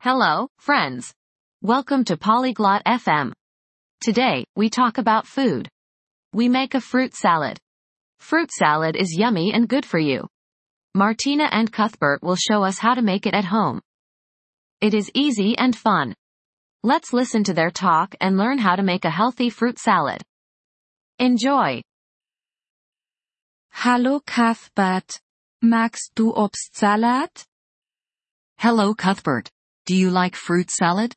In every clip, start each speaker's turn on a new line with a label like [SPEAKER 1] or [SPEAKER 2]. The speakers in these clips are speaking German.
[SPEAKER 1] Hello, friends. Welcome to Polyglot FM. Today, we talk about food. We make a fruit salad. Fruit salad is yummy and good for you. Martina and Cuthbert will show us how to make it at home. It is easy and fun. Let's listen to their talk and learn how to make a healthy fruit salad. Enjoy.
[SPEAKER 2] Hallo Cuthbert. Magst du Obstsalat?
[SPEAKER 3] Hello Cuthbert. Do you like fruit salad?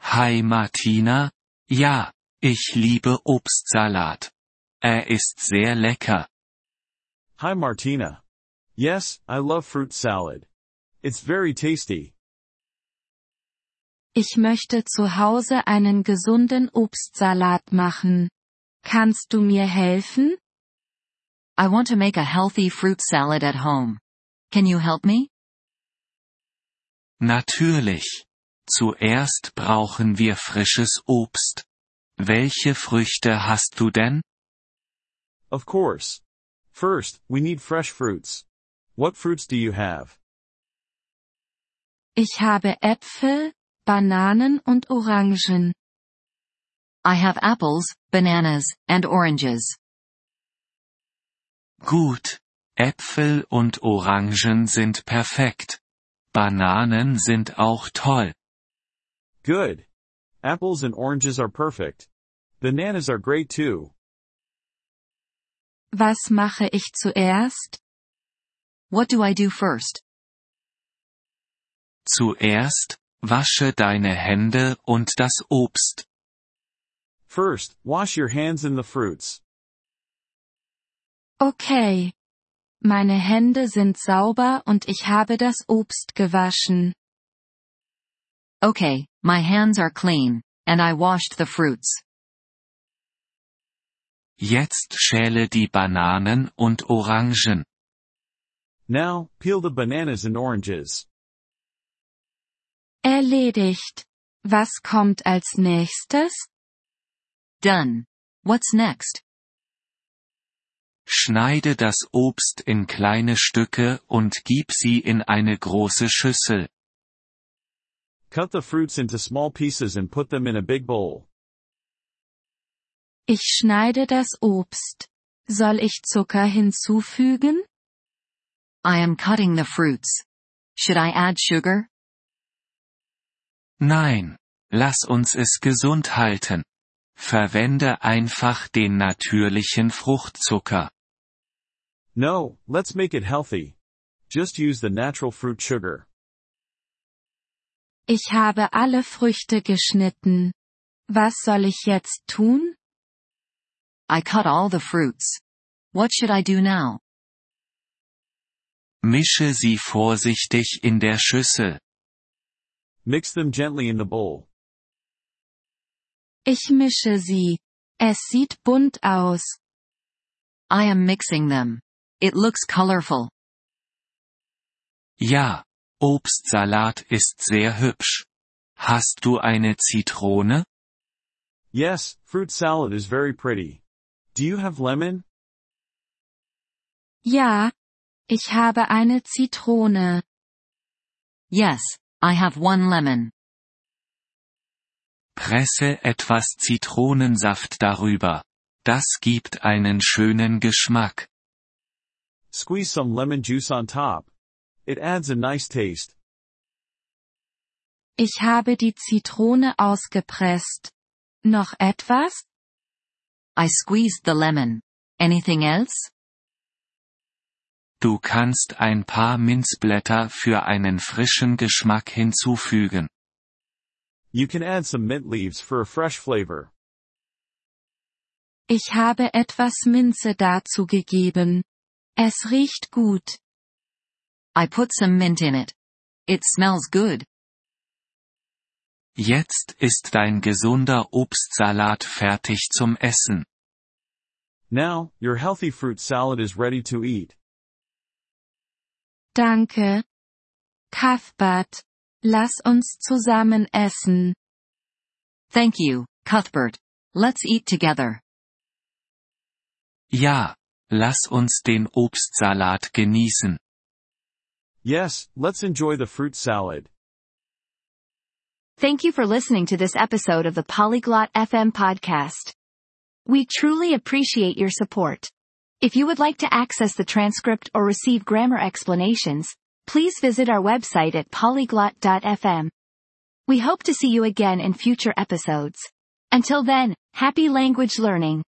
[SPEAKER 4] Hi Martina. Ja, ich liebe Obstsalat. Er ist sehr lecker.
[SPEAKER 5] Hi Martina. Yes, I love fruit salad. It's very tasty.
[SPEAKER 2] Ich möchte zu Hause einen gesunden Obstsalat machen. Kannst du mir helfen?
[SPEAKER 3] I want to make a healthy fruit salad at home. Can you help me?
[SPEAKER 4] Natürlich. Zuerst brauchen wir frisches Obst. Welche Früchte hast du denn?
[SPEAKER 5] Of course. First, we need fresh fruits. What fruits do you have?
[SPEAKER 2] Ich habe Äpfel, Bananen und Orangen.
[SPEAKER 3] I have apples, bananas, and oranges.
[SPEAKER 4] Gut. Äpfel und Orangen sind perfekt. Bananen sind auch toll.
[SPEAKER 5] Good. Apples and oranges are perfect. Bananas are great too.
[SPEAKER 2] Was mache ich zuerst?
[SPEAKER 3] What do I do first?
[SPEAKER 4] Zuerst, wasche deine Hände und das Obst.
[SPEAKER 5] First, wash your hands and the fruits.
[SPEAKER 2] Okay. Meine Hände sind sauber und ich habe das Obst gewaschen.
[SPEAKER 3] Okay, my hands are clean, and I washed the fruits.
[SPEAKER 4] Jetzt schäle die Bananen und Orangen.
[SPEAKER 5] Now, peel the bananas and oranges.
[SPEAKER 2] Erledigt. Was kommt als nächstes?
[SPEAKER 3] Done. What's next?
[SPEAKER 4] Schneide das Obst in kleine Stücke und gib sie in eine große Schüssel.
[SPEAKER 5] Cut the fruits into small pieces and put them in a big bowl.
[SPEAKER 2] Ich schneide das Obst. Soll ich Zucker hinzufügen?
[SPEAKER 3] I am cutting the fruits. Should I add sugar?
[SPEAKER 4] Nein. Lass uns es gesund halten. Verwende einfach den natürlichen Fruchtzucker.
[SPEAKER 5] No, let's make it healthy. Just use the natural fruit sugar.
[SPEAKER 2] Ich habe alle Früchte geschnitten. Was soll ich jetzt tun?
[SPEAKER 3] I cut all the fruits. What should I do now?
[SPEAKER 4] Mische sie vorsichtig in der Schüssel.
[SPEAKER 5] Mix them gently in the bowl.
[SPEAKER 2] Ich mische sie. Es sieht bunt aus.
[SPEAKER 3] I am mixing them. It looks colorful.
[SPEAKER 4] Ja, Obstsalat ist sehr hübsch. Hast du eine Zitrone?
[SPEAKER 5] Yes, fruit salad is very pretty. Do you have lemon?
[SPEAKER 2] Ja. Ich habe eine Zitrone.
[SPEAKER 3] Yes, I have one lemon.
[SPEAKER 4] Presse etwas Zitronensaft darüber. Das gibt einen schönen Geschmack.
[SPEAKER 5] Squeeze some lemon juice on top. It adds a nice taste.
[SPEAKER 2] Ich habe die Zitrone ausgepresst. Noch etwas?
[SPEAKER 3] I squeezed the lemon. Anything else?
[SPEAKER 4] Du kannst ein paar Minzblätter für einen frischen Geschmack hinzufügen.
[SPEAKER 5] You can add some mint leaves for a fresh flavor.
[SPEAKER 2] Ich habe etwas Minze dazu gegeben. Es riecht gut.
[SPEAKER 3] I put some mint in it. It smells good.
[SPEAKER 4] Jetzt ist dein gesunder Obstsalat fertig zum Essen.
[SPEAKER 5] Now, your healthy fruit salad is ready to eat.
[SPEAKER 2] Danke. Cuthbert. Lass uns zusammen essen.
[SPEAKER 3] Thank you, Cuthbert. Let's eat together.
[SPEAKER 4] Ja, lass uns den Obstsalat genießen.
[SPEAKER 5] Yes, let's enjoy the fruit salad.
[SPEAKER 2] Thank you for listening to this episode of the Polyglot FM podcast. We truly appreciate your support. If you would like to access the transcript or receive grammar explanations, please visit our website at polyglot.fm. We hope to see you again in future episodes. Until then, happy language learning.